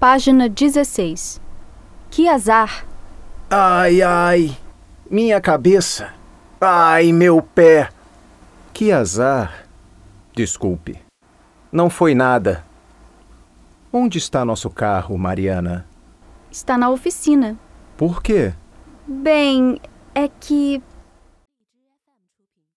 página 16. Que azar! Ai, ai, minha cabeça. Ai, meu pé. Que azar. Desculpe. Não foi nada. Onde está nosso carro, Mariana? Está na oficina. Por quê? Bem, é que